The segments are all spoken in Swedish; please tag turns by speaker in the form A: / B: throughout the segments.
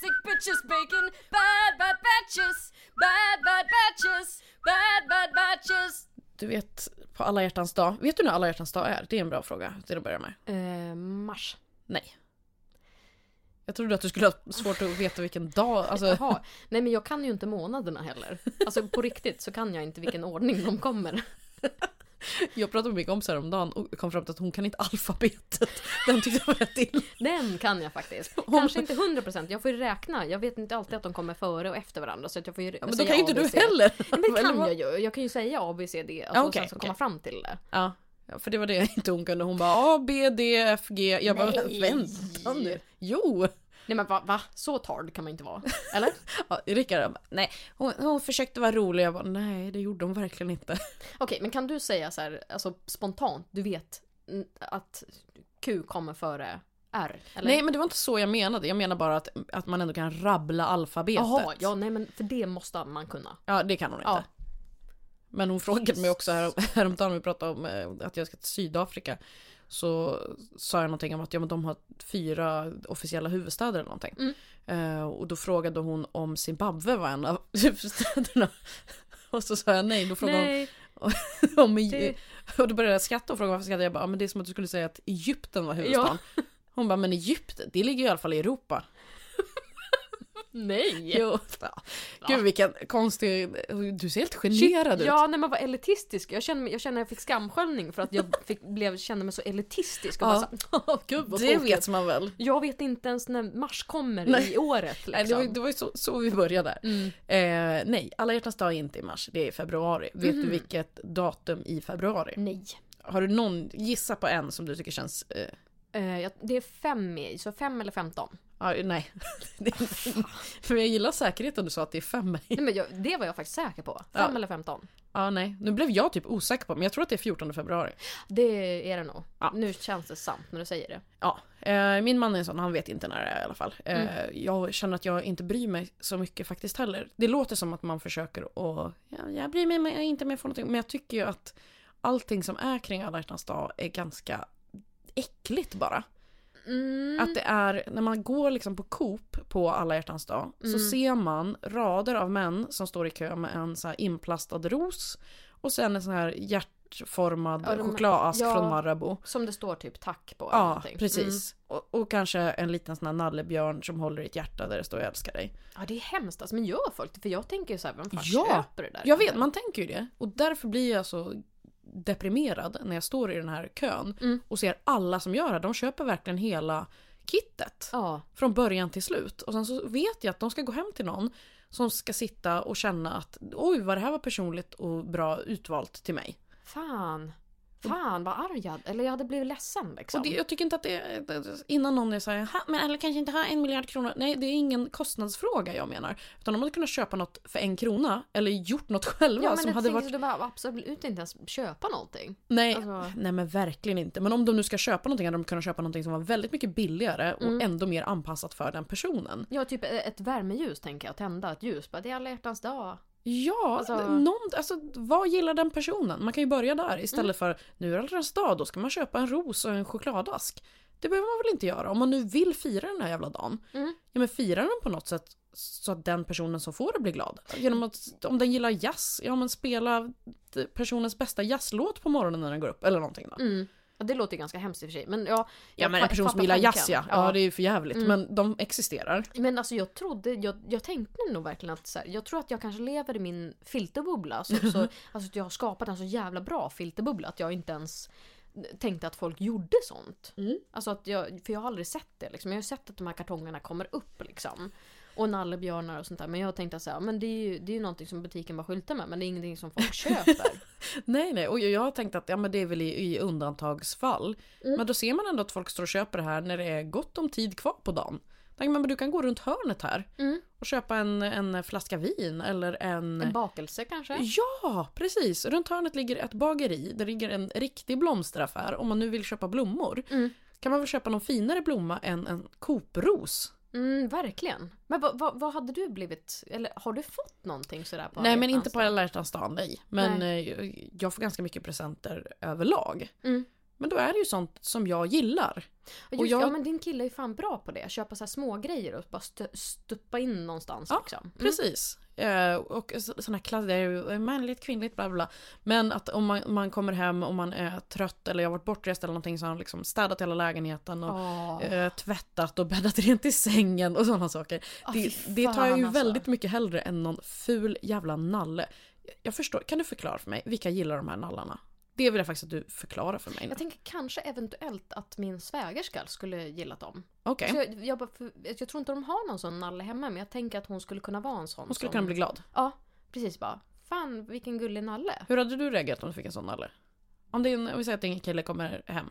A: sandwiches, bacon, bad bad batches, bad bad batches, bad bad batches.
B: Du vet, på alla hjärtans dag. Vet du när alla hjärtans dag är? Det är en bra fråga till att börja med.
A: Eh, mars.
B: Nej. Jag trodde att du skulle ha svårt att veta vilken dag, alltså.
A: Jaha. Nej men jag kan ju inte månaderna heller. Alltså på riktigt så kan jag inte vilken ordning de kommer.
B: Jag pratade med min kompis häromdagen och kom fram till att hon kan inte alfabetet. Den tyckte jag var rätt illa.
A: Den kan jag faktiskt. Kanske inte 100%, jag får ju räkna. Jag vet inte alltid att de kommer före och efter varandra. Så att jag får ju
B: Ja, men då
A: säga
B: kan ju inte
A: A, B, C.
B: du heller.
A: Nej, Men det
B: Eller
A: kan
B: vad?
A: jag ju. Jag kan ju säga A, B, C, D alltså,
B: Ja,
A: och
B: okej,
A: sen så
B: okej.
A: komma fram till det.
B: Ja. ja, för det var det jag inte hon kunde. Hon bara A, B, D, F, G. Jag bara
A: Nej.
B: vänta nu. Jo!
A: Nej men va? va? Så tard kan man inte vara. Eller?
B: Ja, Rickard han bara, nej. Hon, hon försökte vara rolig. Jag bara nej, det gjorde hon verkligen inte.
A: Okej, men kan du säga så här, alltså spontant, du vet mm, att Q kommer före R? Eller?
B: Nej, men det var inte så jag menade. Jag menar bara att, att man ändå kan rabbla alfabetet.
A: Jaha, ja nej men för det måste man kunna.
B: Ja, det kan hon inte.
A: Ja.
B: Men hon frågade mig också här, häromdagen när vi pratade om eh, att jag ska till Sydafrika. Så sa jag någonting om att ja, men de har fyra officiella huvudstäder eller någonting.
A: Mm.
B: Eh, och då frågade hon om Zimbabwe var en av huvudstäderna. Och så sa jag nej. Då frågade
A: Nej,
B: hon om
A: det-
B: det... Och då började jag skratta och fråga varför skrattade jag. Jag bara, "Ja, men det är som att du skulle säga att Egypten var huvudstaden. Hon bara, men Egypten, det ligger ju i alla fall i Europa.
A: nej!
B: Jo. Ja. Gud vilken konstig... Du ser helt generad ut.
A: Ja, nej men vad elitistisk. Jag känner, mig- jag känner jag fick skamsköljning för att jag fick, blev, kände mig så elitistisk. Och
B: Ja.
A: bara så, här, gud vad
B: Det
A: tråkigt.
B: vet man väl.
A: Jag vet inte ens när mars kommer i året.
B: Nej, det,
A: Liksom.
B: var, det var ju så, så vi började där.
A: Mm.
B: Eh, nej, alla hjärtans dag är inte i mars, det är i februari. Vet du vilket datum i februari?
A: Nej.
B: Har du någon, gissa på en som du tycker känns... Eh,
A: Eh, jag- det är fem i, så fem eller femton.
B: ja, nej. Det är- För jag gillar säkerheten du sa att det är fem. Ja,
A: Nej, men jag, det var jag faktiskt säker på. Fem
B: Ja.
A: eller femton.
B: nej. Nu blev jag typ osäker på, men jag tror att det är 14 februari.
A: Det är det nog.
B: Ja.
A: Nu känns det sant när du säger det.
B: Ja, eh, min man är en sån, han vet inte när det är i alla fall. Eh,
A: Mm.
B: Jag känner att jag inte bryr mig så mycket faktiskt heller. Det låter som att man försöker att, ja, jag bryr mig men jag är inte med för någonting. Men jag tycker ju att allting som är kring alla hjärtans dag är ganska äckligt bara.
A: Mm.
B: Att det är, när man går liksom på Coop på alla hjärtans dag
A: Mm.
B: så ser man rader av män som står i kö med en så här inplastad ros och sen en sån här hjärtformad
A: Ja, de-
B: chokladask
A: ja.
B: från Marabou.
A: Som det står typ tack på. eller
B: Ja,
A: någonting. Mm.
B: precis. Och, och kanske en liten sån här nallebjörn som håller i ett hjärta där det står jag älskar dig.
A: Ja, det är hemskt alltså, men gör folk det? För jag tänker ju såhär, vem fan
B: Ja,
A: köper det där?
B: Jag vet, man tänker ju det. Och därför blir jag så deprimerad när jag står i den här kön
A: Mm.
B: och ser alla som gör det. De köper verkligen hela kittet.
A: Ja.
B: Från början till slut. Och sen så vet jag att de ska gå hem till någon som ska sitta och känna att oj vad det här var personligt och bra utvalt till mig.
A: Fan. Fan vad arg jag Eller jag hade blivit ledsen liksom.
B: Och det, jag tycker inte att det innan någon är såhär, men eller kanske inte ha en miljard kronor. Nej, det är ingen kostnadsfråga jag menar. Utan de hade kunnat köpa något för en krona eller gjort något själva
A: ja, men
B: som
A: det
B: hade
A: tänker
B: varit...
A: jag, du behöver absolut inte ens köpa någonting.
B: Nej,
A: Alltså-
B: nej men verkligen inte. Men om de nu ska köpa någonting hade de kunnat köpa någonting som var väldigt mycket billigare och
A: Mm.
B: ändå mer anpassat för den personen.
A: Ja, typ ett värmeljus tänker jag. Tända ett ljus. Bara, det är alla hjärtans dag.
B: Ja,
A: Alltså-
B: någon, alltså, vad gillar den personen? Man kan ju börja där istället för nu är det alla hjärtans dag, då ska man köpa en ros och en chokladask. Det behöver man väl inte göra om man nu vill fira den här jävla dagen.
A: Mm.
B: Ja men fira den på något sätt så att den personen som får det blir glad. Genom att, om den gillar jazz, ja men spela d- personens bästa jazzlåt på morgonen när den går upp eller någonting då.
A: Mm. Ja, det låter ju ganska hemskt i och för sig. Men ja,
B: Ja
A: jag
B: men
A: fa-
B: en person som
A: fattar
B: gillar jazz
A: tanken.
B: ja. ja, Mm. det är ju för jävligt men de existerar.
A: Men alltså jag trodde, jag, jag tänkte nog verkligen att så här, jag tror att jag kanske lever i min filterbubbla. Så, så,
B: Mhm.
A: alltså att jag har skapat en så jävla bra filterbubbla att jag inte ens tänkte att folk gjorde sånt.
B: Mm.
A: Alltså att jag, för jag har aldrig sett det liksom. Jag har ju sett att de här kartongerna kommer upp liksom. Och nallebjörnar och sånt där. Men jag tänkte så här, men det är ju, det är ju någonting som butiken bara skyltar med. Men det är ingenting som folk köper.
B: Nej nej och jag- jag har tänkt att ja men det är väl i, i undantagsfall.
A: Mm.
B: Men då ser man ändå att folk står och köper det här när det är gott om tid kvar på dagen. Tänk, men men du kan gå runt hörnet här
A: Mm.
B: och köpa en, en flaska vin eller en...
A: en bakelse kanske?
B: Ja, precis. Runt hörnet ligger ett bageri. Där ligger en riktig blomsteraffär. Om man nu vill köpa blommor.
A: Mm.
B: Kan man väl köpa någon finare blomma än en kopros?
A: Mm, verkligen. Men vad, vad, vad hade du blivit, eller har du fått någonting sådär på
B: nej,
A: alla
B: men inte
A: hjärtans
B: på alla hjärtans dag, nej. Men eh, jag får ganska mycket presenter överlag.
A: Mm.
B: Men då är det ju sånt som jag gillar.
A: Och
B: Och
A: Just,
B: jag-
A: Ja men din kille är ju fan bra på det. Köpa så här små grejer och bara stu- stuppa in någonstans
B: Ja,
A: liksom. Mm.
B: Precis. Eh, och sådana här klassiker, eh, manligt, kvinnligt, bla bla, bla. Men att om man, man kommer hem och man är trött eller jag har varit bortrest eller någonting så har han liksom städat hela lägenheten och
A: Ja.
B: eh, tvättat och bäddat rent i sängen och sådana saker.
A: Ah, fy
B: det, Eh, det tar jag
A: fan,
B: ju
A: alltså.
B: väldigt mycket hellre än någon ful jävla nalle. Jag förstår, kan du förklara för mig, vilka gillar de här nallarna? Det vill jag faktiskt att du förklarar för mig. nu.
A: Jag tänker kanske eventuellt att min svägerska skulle gillat dem.
B: Okej,
A: Så jag, jag, bara, för, jag tror inte de har någon sån nalle hemma men jag tänker att hon skulle kunna vara en sån.
B: hon skulle
A: som-
B: kunna bli glad.
A: Ja, precis bara. Fan vilken gullig nalle.
B: Hur hade du reagerat om du fick en sån nalle? Om, det är en, om vi säger att en kille kommer hem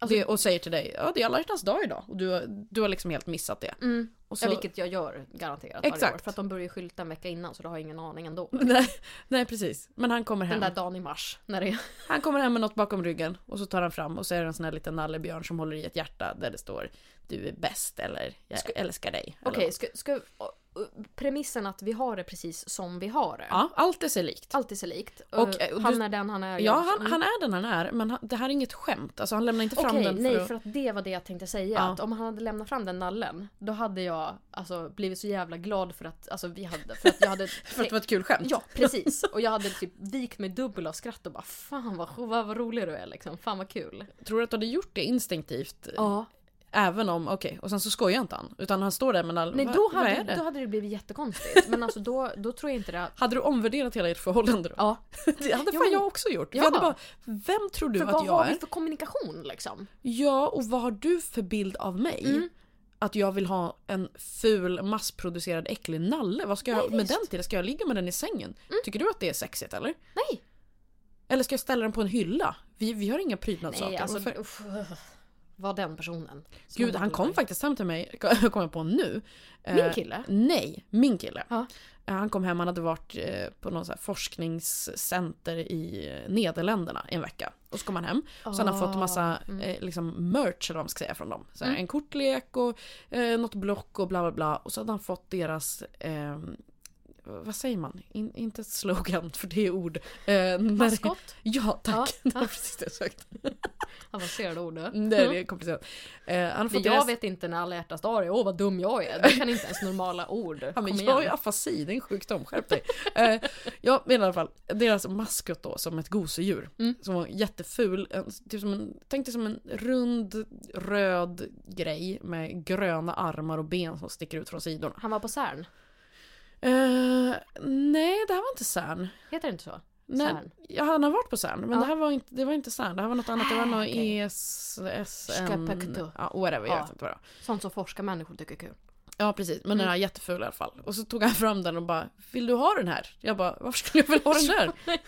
A: Alltså-
B: det, och säger till dig ja det är alla hjärtans dag idag och du, har- du har liksom helt missat det.
A: Mm.
B: Och
A: Ja, vilket jag gör garanterat varje år.
B: Exakt. Mm.
A: För att de börjar ju skylta en vecka innan så då har jag ingen aning ändå.
B: nej, nej precis, men han kommer
A: Den
B: hem.
A: där dagen i mars när det är...
B: Han kommer hem med något bakom ryggen och så tar han fram och så är det en sån här liten nallebjörn som håller i ett hjärta där det står du är bäst eller jag
A: Ska-
B: älskar dig. eller
A: Okej, ska, ska, och- och premissen att vi har det precis som vi har det.
B: Ja, allt är sig likt.
A: Allt är så likt.
B: Och,
A: Eh,
B: eh, och
A: han
B: du-
A: är den han är.
B: Ja,
A: jag-
B: han,
A: Mm.
B: han är den han är, men han, det här är inget skämt. Alltså han lämnar inte fram
A: Okej,
B: den för
A: nej
B: att...
A: för att det var det jag tänkte säga.
B: Ja.
A: Att om han hade lämnat fram den nallen, då hade jag alltså, blivit så jävla glad för att, alltså, vi hade, för att jag hade...
B: för att det var ett kul skämt.
A: Ja, precis. Och jag hade typ vikt mig dubbel av skratt och bara fan vad, vad, vad rolig du är liksom. Fan vad kul.
B: Tror du att du hade gjort det instinktivt?
A: Ja.
B: Även om, okej, och sen så skojar inte han. Utan han står där med all...
A: Nej,
B: Va-
A: då
B: vad är
A: hade,
B: det?
A: då hade det blivit jättekonstigt. Men alltså då, då tror jag inte det...
B: Hade du omvärderat hela ert förhållande då?
A: Ja.
B: Det hade
A: Jo,
B: fan
A: men-
B: jag också gjort.
A: Ja.
B: Jag hade bara, vem tror du
A: För
B: att
A: vad
B: jag
A: har
B: är?
A: vi för kommunikation liksom?
B: Ja, och vad har du för bild av mig?
A: Mm.
B: Att jag vill ha en ful, massproducerad, äcklig nalle. Vad ska jag
A: Nej,
B: med
A: visst.
B: den till? Ska jag ligga med den i sängen? Tycker du att det är sexigt eller?
A: Nej.
B: Eller ska jag ställa den på en hylla? Vi, vi har inga prydnadssaker.
A: Nej, alltså...
B: Varför-
A: Uff, var den personen. som
B: Gud, han
A: hade-
B: kom faktiskt hem till mig, kom jag på nu.
A: Min
B: Eh,
A: kille?
B: Nej, min kille.
A: Ja.
B: Eh, Han kom hem, han hade varit eh, på någon så här forskningscenter i eh, Nederländerna i en vecka. Och så kom han hem. Och så han har fått
A: Ah,
B: massa eh, liksom merch eller vad man ska säga från dem. Så här, En kortlek och eh, något block och bla bla bla. Och så hade han fått deras eh, vad säger man? In, inte slogan, för det är ord. Eh, när-
A: Ah, Maskott?
B: Ja, tack. Det var precis det jag sökte.
A: Avancerade ord du.
B: Nej, det är komplicerat. Eh, han har
A: För
B: Mm, fått
A: jag
B: deras...
A: vet inte när alla hjärtans dag är. Åh vad dum jag är. Du kan inte ens normala ord.
B: Ja, men
A: Kom
B: jag har ju
A: igen.
B: afasi, det är en sjukdom, skärp dig. eh, ja, men i alla fall, deras maskot då, som ett gosedjur.
A: Mm.
B: Som var jätteful, en- typ som en, tänk dig som en rund, röd grej med gröna armar och ben som sticker ut från sidorna.
A: Han var på Cern.
B: Eh, nej, det här var inte CERN.
A: Heter det inte så?
B: Nej,
A: CERN.
B: ja, han har varit på CERN, men
A: Ja.
B: det här var inte, det var inte CERN, det här var något annat, det var E
A: Ah,
B: något
A: okej.
B: ES, SN,
A: Skapakto.
B: ja, whatever, jag
A: Ja.
B: vet inte vad det var.
A: Sånt som forskarmänniskor tycker är kul.
B: Ja precis, men den här jätteful i alla fall. Och så tog han fram den och bara “Vill du ha den här?” Jag bara “Varför skulle jag vilja ha den där?”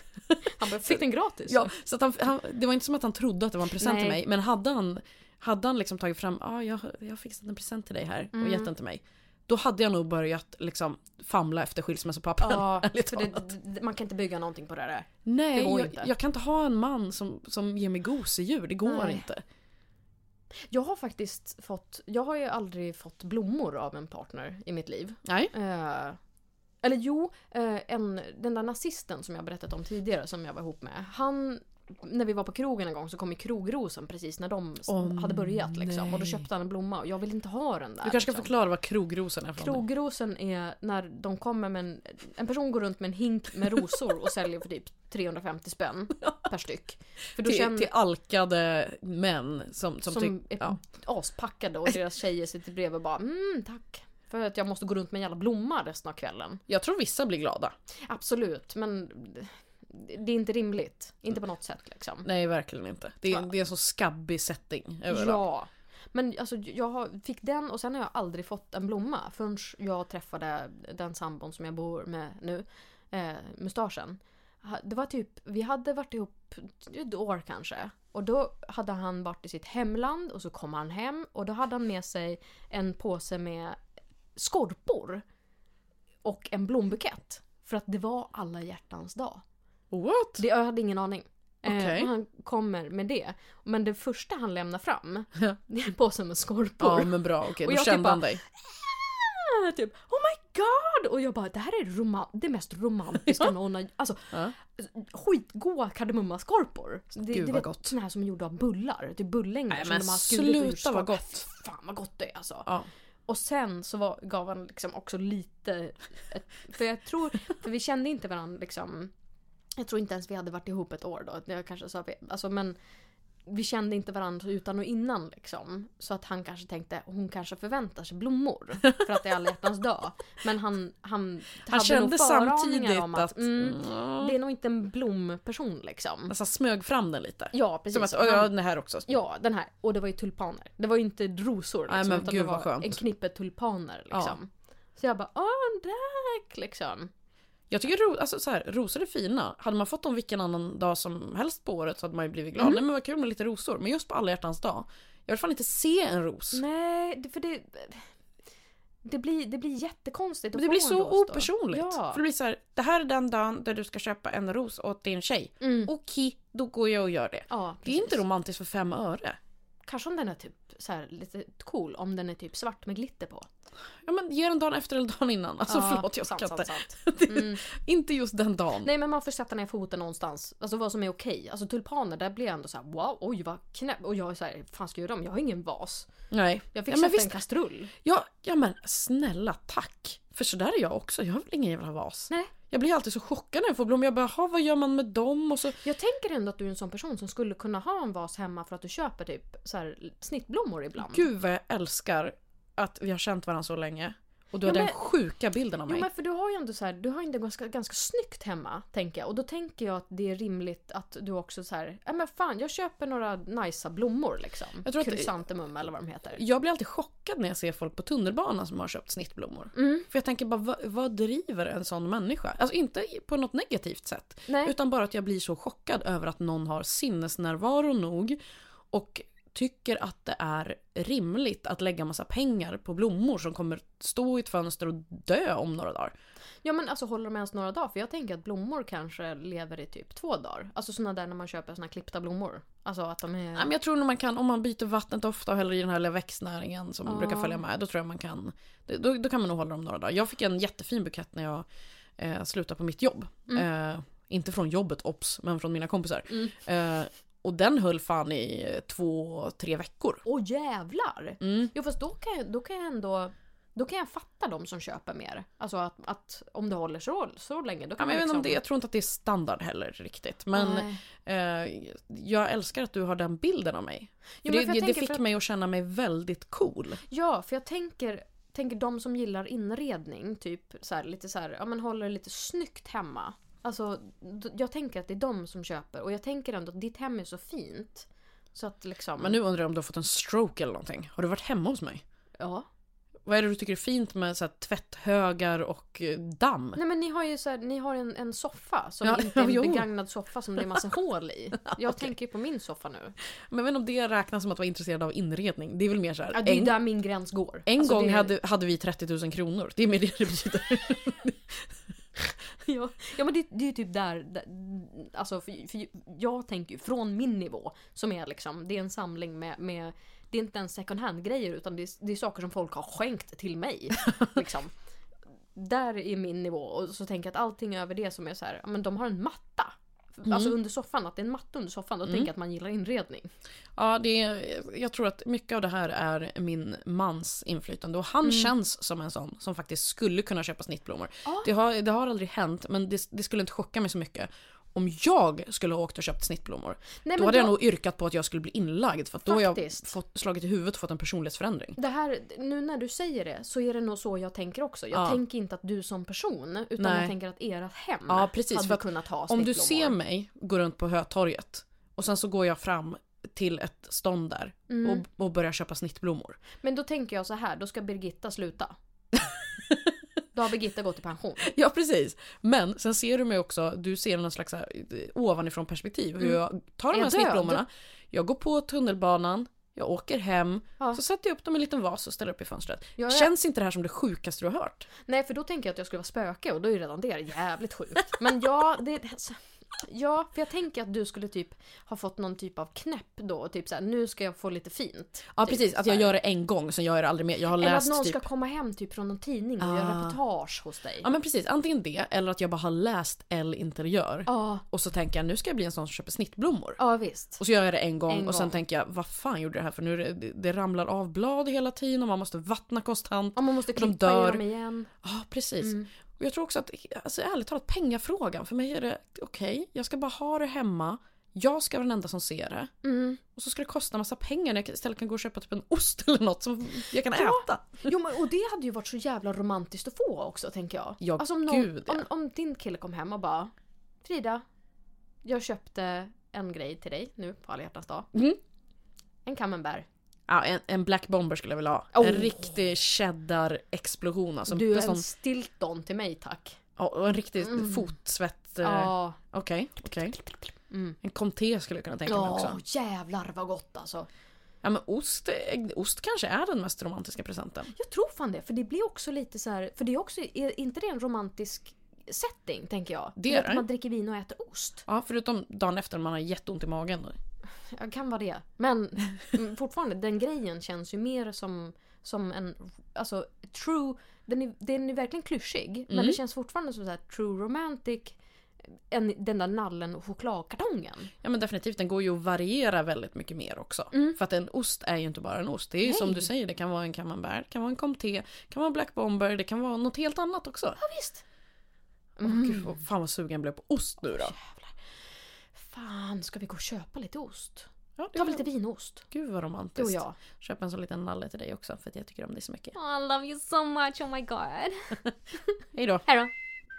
A: Han bara, fick den gratis.
B: ja, så att han, han, Det var inte som att han trodde att det var en present till
A: Nej.
B: mig, men hade han, hade han liksom tagit fram “Ja, jag, jag har fixat en present till dig här” och gett den till mig. Då hade jag nog börjat liksom famla efter skilsmässopappren.
A: Ja,
B: ärligt
A: för det,
B: talat.
A: det- man kan inte bygga någonting på det där.
B: Nej,
A: det går inte.
B: jag, jag kan inte ha en man som, som ger mig gosedjur, det går
A: Nej.
B: inte.
A: Jag har faktiskt fått, jag har ju aldrig fått blommor av en partner i mitt liv.
B: Nej.
A: Eh, eller jo, eh, en, den där nazisten som jag berättat om tidigare som jag var ihop med. Han, när vi var på krogen en gång så kom ju krogrosen precis när de s-
B: Åh,
A: hade börjat liksom. Och då
B: nej.
A: köpte han en blomma och jag vill inte ha den där.
B: Du kanske ska
A: liksom.
B: förklara vad krogrosen är för någonting.
A: Krogrosen är när de kommer med en, en person går runt med en hink med rosor och säljer för typ 350 spänn per styck. För då
B: till,
A: känner,
B: till alkade män som, som,
A: som
B: tyck-
A: är
B: ja.
A: aspackade och deras tjejer sitter bredvid och bara mm tack. För att jag måste gå runt med en jävla blomma resten av kvällen.
B: Jag tror vissa blir glada.
A: Absolut, men det är inte rimligt. Inte på något sätt liksom.
B: Nej, verkligen inte. Det är,
A: Va?
B: det är en så skabbig setting överallt.
A: Ja. Men alltså, jag har- fick den och sen har jag aldrig fått en blomma förrän jag träffade den sambon som jag bor med nu, eh, mustaschen. Ha- Det var typ, vi hade varit ihop ett år kanske. Och då hade han varit i sitt hemland och så kom han hem och då hade han med sig en påse med skorpor. Och en blombukett. För att det var alla hjärtans dag.
B: What?
A: Det, jag hade ingen aning. Eh,
B: Okej.
A: och han kommer med det. Men det första han lämnar fram,
B: Ja.
A: det är en påse med skorpor.
B: Ja men bra, okej
A: Och
B: då
A: jag
B: kände
A: typ
B: han dig.
A: Ah, typ, oh my god! Och jag bara det här är roma- det mest romantiska någon har Alltså
B: Ja.
A: skitgoda kardemummaskorpor. Det,
B: Gud,
A: det
B: vad
A: vet,
B: gott.
A: Såna här som är gjorda av bullar. Typ bullängder
B: Nej,
A: som
B: men
A: de har skurit ur
B: sluta
A: skal-
B: vad gott.
A: Fan vad gott det är alltså.
B: Ja.
A: Och sen så var, gav han liksom också lite... Ett, för jag tror... För vi kände inte varandra liksom... Jag tror inte ens vi hade varit ihop ett år då. Jag kanske sa, fel. alltså, men vi kände inte varandra utan och innan liksom. Så att han kanske tänkte, hon kanske förväntar sig blommor. För att det är alla hjärtans dag. Men han, han,
B: Han kände samtidigt
A: om
B: att...
A: att mm,
B: ja.
A: det är nog inte en blomperson liksom.
B: Alltså smög fram den lite.
A: Ja precis.
B: Som att, "Åh, ja, den här också.
A: Ja, den här. Och det var ju tulpaner. Det var ju inte rosor liksom,
B: Nej, men
A: utan
B: gud,
A: det var
B: vad skönt.
A: en knippe tulpaner liksom. Så jag bara åh, tack liksom.
B: Jag tycker ro, alltså, så här, rosor är fina. Hade man fått dem vilken annan dag som helst på året så hade man ju blivit glad.
A: Mm.
B: Nej men vad kul med lite rosor. Men just på alla hjärtans dag. Jag vill fan inte se en ros.
A: Nej, det- för det... Det blir, det blir jättekonstigt att
B: Men det
A: få
B: blir
A: en
B: så
A: ros då.
B: opersonligt.
A: Ja.
B: För det blir så här, det här är den dagen där du ska köpa en ros åt din tjej.
A: Mm.
B: Okej, då går jag och gör det.
A: Ja,
B: Det är
A: precis.
B: inte romantiskt för fem öre.
A: Kanske om den är typ så här, lite cool, om den är typ svart med glitter på.
B: Ja men ge den dagen efter eller dagen innan. Alltså
A: Ja,
B: förlåt, jag
A: sant,
B: ska
A: sant,
B: inte.
A: sant. Mm.
B: Inte just den dagen.
A: Nej men man får sätta ner foten någonstans. Alltså vad som är okej. Alltså tulpaner, där blir jag ändå så här: wow, oj vad knäpp. Och jag är såhär, fan ska jag göra dem? Jag har ingen vas.
B: Nej.
A: Jag fick
B: ja, men
A: sätta
B: visst,
A: en kastrull.
B: Ja, ja men snälla tack. För så där är jag också, jag vill ingen jävla vas.
A: Nej.
B: Jag blir alltid så chockad när jag får blommor. Jag bara, "Jaha, vad gör man med dem? Och så,
A: Jag tänker ändå att du är en sån person som skulle kunna ha en vas hemma för att du köper typ så här snittblommor ibland.
B: gud vad jag älskar att vi har känt varandra så länge. Och du
A: Ja,
B: har den
A: men-
B: sjuka bilden av
A: Jo
B: mig.
A: men för du har ju ändå så här, du har ju ändå ganska, ganska snyggt hemma tänker jag. Och då tänker jag att det är rimligt att du också så här, ja men fan jag köper några nicea blommor liksom.
B: Jag tror att-
A: Krysantemum eller vad de heter.
B: Jag blir alltid chockad när jag ser folk på tunnelbanan som har köpt snittblommor.
A: Mm.
B: För jag tänker bara, vad, vad driver en sån människa? Alltså inte på något negativt sätt.
A: Nej.
B: Utan bara att jag blir så chockad över att någon har sinnesnärvaro nog och tycker att det är rimligt att lägga massa pengar på blommor som kommer stå i ett fönster och dö om några dagar.
A: Ja men alltså håller de ens några dagar? För jag tänker att blommor kanske lever i typ två dagar. Alltså såna där när man köper såna klippta blommor. Alltså att de är...
B: Nej, men jag tror nog man kan, om man byter vattnet ofta och häller i den här lilla växtnäringen som
A: Ja.
B: brukar följa med, då tror jag man kan, det- då, då kan man nog hålla dem några dagar. Jag fick en jättefin bukett när jag eh, slutade på mitt jobb.
A: Mm.
B: Eh, inte från jobbet, ops, men från mina kompisar. Eh, och den höll fan i eh, två, tre veckor.
A: Åh jävlar!
B: Mm.
A: Jo fast då kan, jag, då kan jag ändå... Då kan jag fatta de som köper mer. Alltså att, att om det håller så, så länge då
B: Ja,
A: kan
B: men jag,
A: man
B: vet inte
A: liksom...
B: om det, jag tror inte att det är standard heller riktigt. Men
A: Nej.
B: eh, jag älskar att du har den bilden av mig.
A: Jo, men
B: det
A: för jag
B: det, det
A: tänker
B: fick
A: för att-
B: mig att känna mig väldigt cool.
A: Ja, för jag tänker, tänker de som gillar inredning, typ så här, lite så här, ja men håller det lite snyggt hemma. Alltså, d- jag tänker att det är de som köper och jag tänker ändå att ditt hem är så fint. Så att liksom...
B: Men nu undrar jag om du har fått en stroke eller någonting. Har du varit hemma hos mig?
A: Ja.
B: Vad är det du tycker är fint med så här, tvätthögar och eh, damm?
A: Nej men ni har ju så här, ni har en, en soffa som
B: Ja,
A: inte är en
B: jo.
A: begagnad soffa som det är massa hål i. Jag tänker ju på min soffa nu.
B: Men jag vet inte om det räknas som att vara intresserad av inredning. Det är väl mer så här,
A: Ja, det är ju
B: en,
A: där min gräns går.
B: en
A: Alltså,
B: gång
A: det,
B: hade, hade vi 30 000 kronor. Det är mer det det betyder.
A: Ja, ja men det, det är ju typ där, där alltså för, för jag tänker ju från min nivå som är liksom, det är en samling med, med det är inte ens second hand grejer utan det är, det är saker som folk har skänkt till mig. Liksom. Där är min nivå och så tänker jag att allting över det som är så här, ja, men de har en matta.
B: Mm.
A: Alltså under soffan, att det är en matta under soffan, då tänker jag att man gillar inredning.
B: Ja, det är, jag tror att mycket av det här är min mans inflytande och
A: Mm.
B: han känns som en sån som faktiskt skulle kunna köpa snittblommor.
A: Ja.
B: Det, har, det har aldrig hänt men det, det skulle inte chocka mig så mycket om jag skulle ha åkt och köpt snittblommor.
A: Nej,
B: då
A: men
B: hade jag
A: då-
B: nog yrkat på att jag skulle bli inlagd för att då har jag
A: Faktiskt.
B: fått, slagit i huvudet och fått en personlighetsförändring.
A: Det här, nu när du säger det så är det nog så jag tänker också. Jag
B: Ja.
A: tänker inte att du som person utan
B: Nej.
A: jag tänker att ert hem
B: Ja, precis, för
A: hade
B: att
A: kunnat ha
B: Om du
A: snittblommor.
B: ser mig gå runt på Hötorget och sen så går jag fram till ett stånd där och, och börjar köpa snittblommor.
A: Mm. Men då tänker jag så här, då ska Birgitta sluta. då har Birgitta gått i pension.
B: Ja precis. Men sen ser du mig också, du ser någon slags så här, eh, ovanifrån perspektiv. Hur jag tar
A: Mm. Är
B: de här
A: jag
B: snittblommorna, jag går på tunnelbanan, jag åker hem,
A: Ja.
B: så sätter jag upp dem i en liten vas och ställer upp i fönstret.
A: Ja, ja.
B: Känns inte det här som det sjukaste du har hört?
A: Nej, för då tänker jag att jag skulle vara spöke och då är ju redan det jävligt sjukt. Men ja, det... Alltså, Ja, för jag tänker att du skulle typ ha fått någon typ av knäpp då. och Typ såhär, nu ska jag få lite fint.
B: Ja
A: Typ
B: precis, att jag
A: såhär.
B: gör det en gång sen gör jag det aldrig mer. Jag har
A: Eller att
B: läst
A: någon
B: typ...
A: ska komma hem typ från någon tidning och
B: Ah.
A: göra reportage hos dig.
B: Ja men precis, antingen det eller att jag bara har läst L interiör.
A: Ja,
B: Och så tänker jag nu ska jag bli en sån som köper snittblommor.
A: ja visst.
B: Och så gör jag det en gång
A: En
B: och sen
A: gång.
B: tänker jag vad fan gjorde jag det här för nu? är det- Det, det ramlar av blad hela tiden och man måste vattna konstant.
A: Om man måste
B: Och de
A: klippa
B: dör.
A: i dem igen.
B: Ja precis.
A: Mm.
B: Och jag tror också att, alltså ärligt talat pengafrågan för mig är det okej, jag ska bara ha det hemma. Jag ska vara den enda som ser det.
A: Mm.
B: Och så ska det kosta en massa pengar när jag istället kan gå och köpa typ en ost eller något som jag kan äta.
A: Jo men och det hade ju varit så jävla romantiskt att få också tänker jag.
B: Ja,
A: alltså om, någon,
B: gud, ja.
A: om, om din kille kom hem och bara Frida, jag köpte en grej till dig nu på alla hjärtans dag.
B: Mm.
A: En camembert.
B: Ja, en, en black bomber skulle jag vilja ha.
A: Oh.
B: En riktig cheddar-explosion. Alltså,
A: du är
B: en,
A: en
B: sån,
A: Stilton till mig tack.
B: ja, och en riktig
A: Mm.
B: fotsvett... eh,
A: Ja.
B: Okej, okej.
A: Mm.
B: En comté skulle jag kunna tänka mig
A: Ja,
B: också.
A: jävlar vad gott alltså.
B: Ja, men ost, eh, ost kanske är den mest romantiska presenten.
A: Jag tror fan det, för det blir också lite så här, för det är också, är inte det en romantisk setting tänker jag?
B: Det är
A: Du vet,
B: det.
A: Att man dricker vin och äter ost.
B: Ja, förutom dagen efter när man har jätteont i magen.
A: Ja, kan vara det. Men mm, fortfarande, den grejen känns ju mer som, som en alltså, true... Den är, den är verkligen klyschig, men det känns fortfarande som så här, true romantic. En, den där nallen och chokladkartongen.
B: Ja men definitivt, den går ju att variera väldigt mycket mer också. För att en ost är ju inte bara en ost. Det är ju som
A: Mm. Nej.
B: du säger, det kan vara en camembert, det kan vara en comté, det kan vara en black bomber, det kan vara något helt annat också.
A: Ja, visst.
B: Mm. Gud, vad- fan vad sugen jag blev på ost nu då.
A: Fan, ska vi gå och köpa lite ost?
B: Ja, det
A: Ta
B: var-
A: lite vinost.
B: Gud vad
A: Du
B: romantiskt.
A: och jag.
B: Köp en sån liten nalle till dig också för att jag tycker om dig så mycket.
A: I love you so much, oh my god.
B: Hejdå.
A: Hejdå.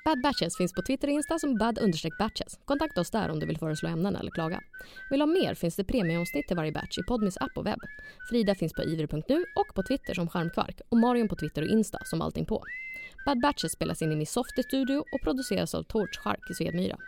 C: Bad Batches finns på Twitter och Insta som bad-batches. Kontakta oss där om du vill föreslå ämnen eller klaga. Vill du ha mer finns det premieomsnitt till varje batch i Podmis app och webb. Frida finns på iver.nu och på Twitter som Charmkvark och Marion på Twitter och Insta som allting på. Bad Batches spelas in i Miss Softy Studio och produceras av Torch Shark i Svedmyra.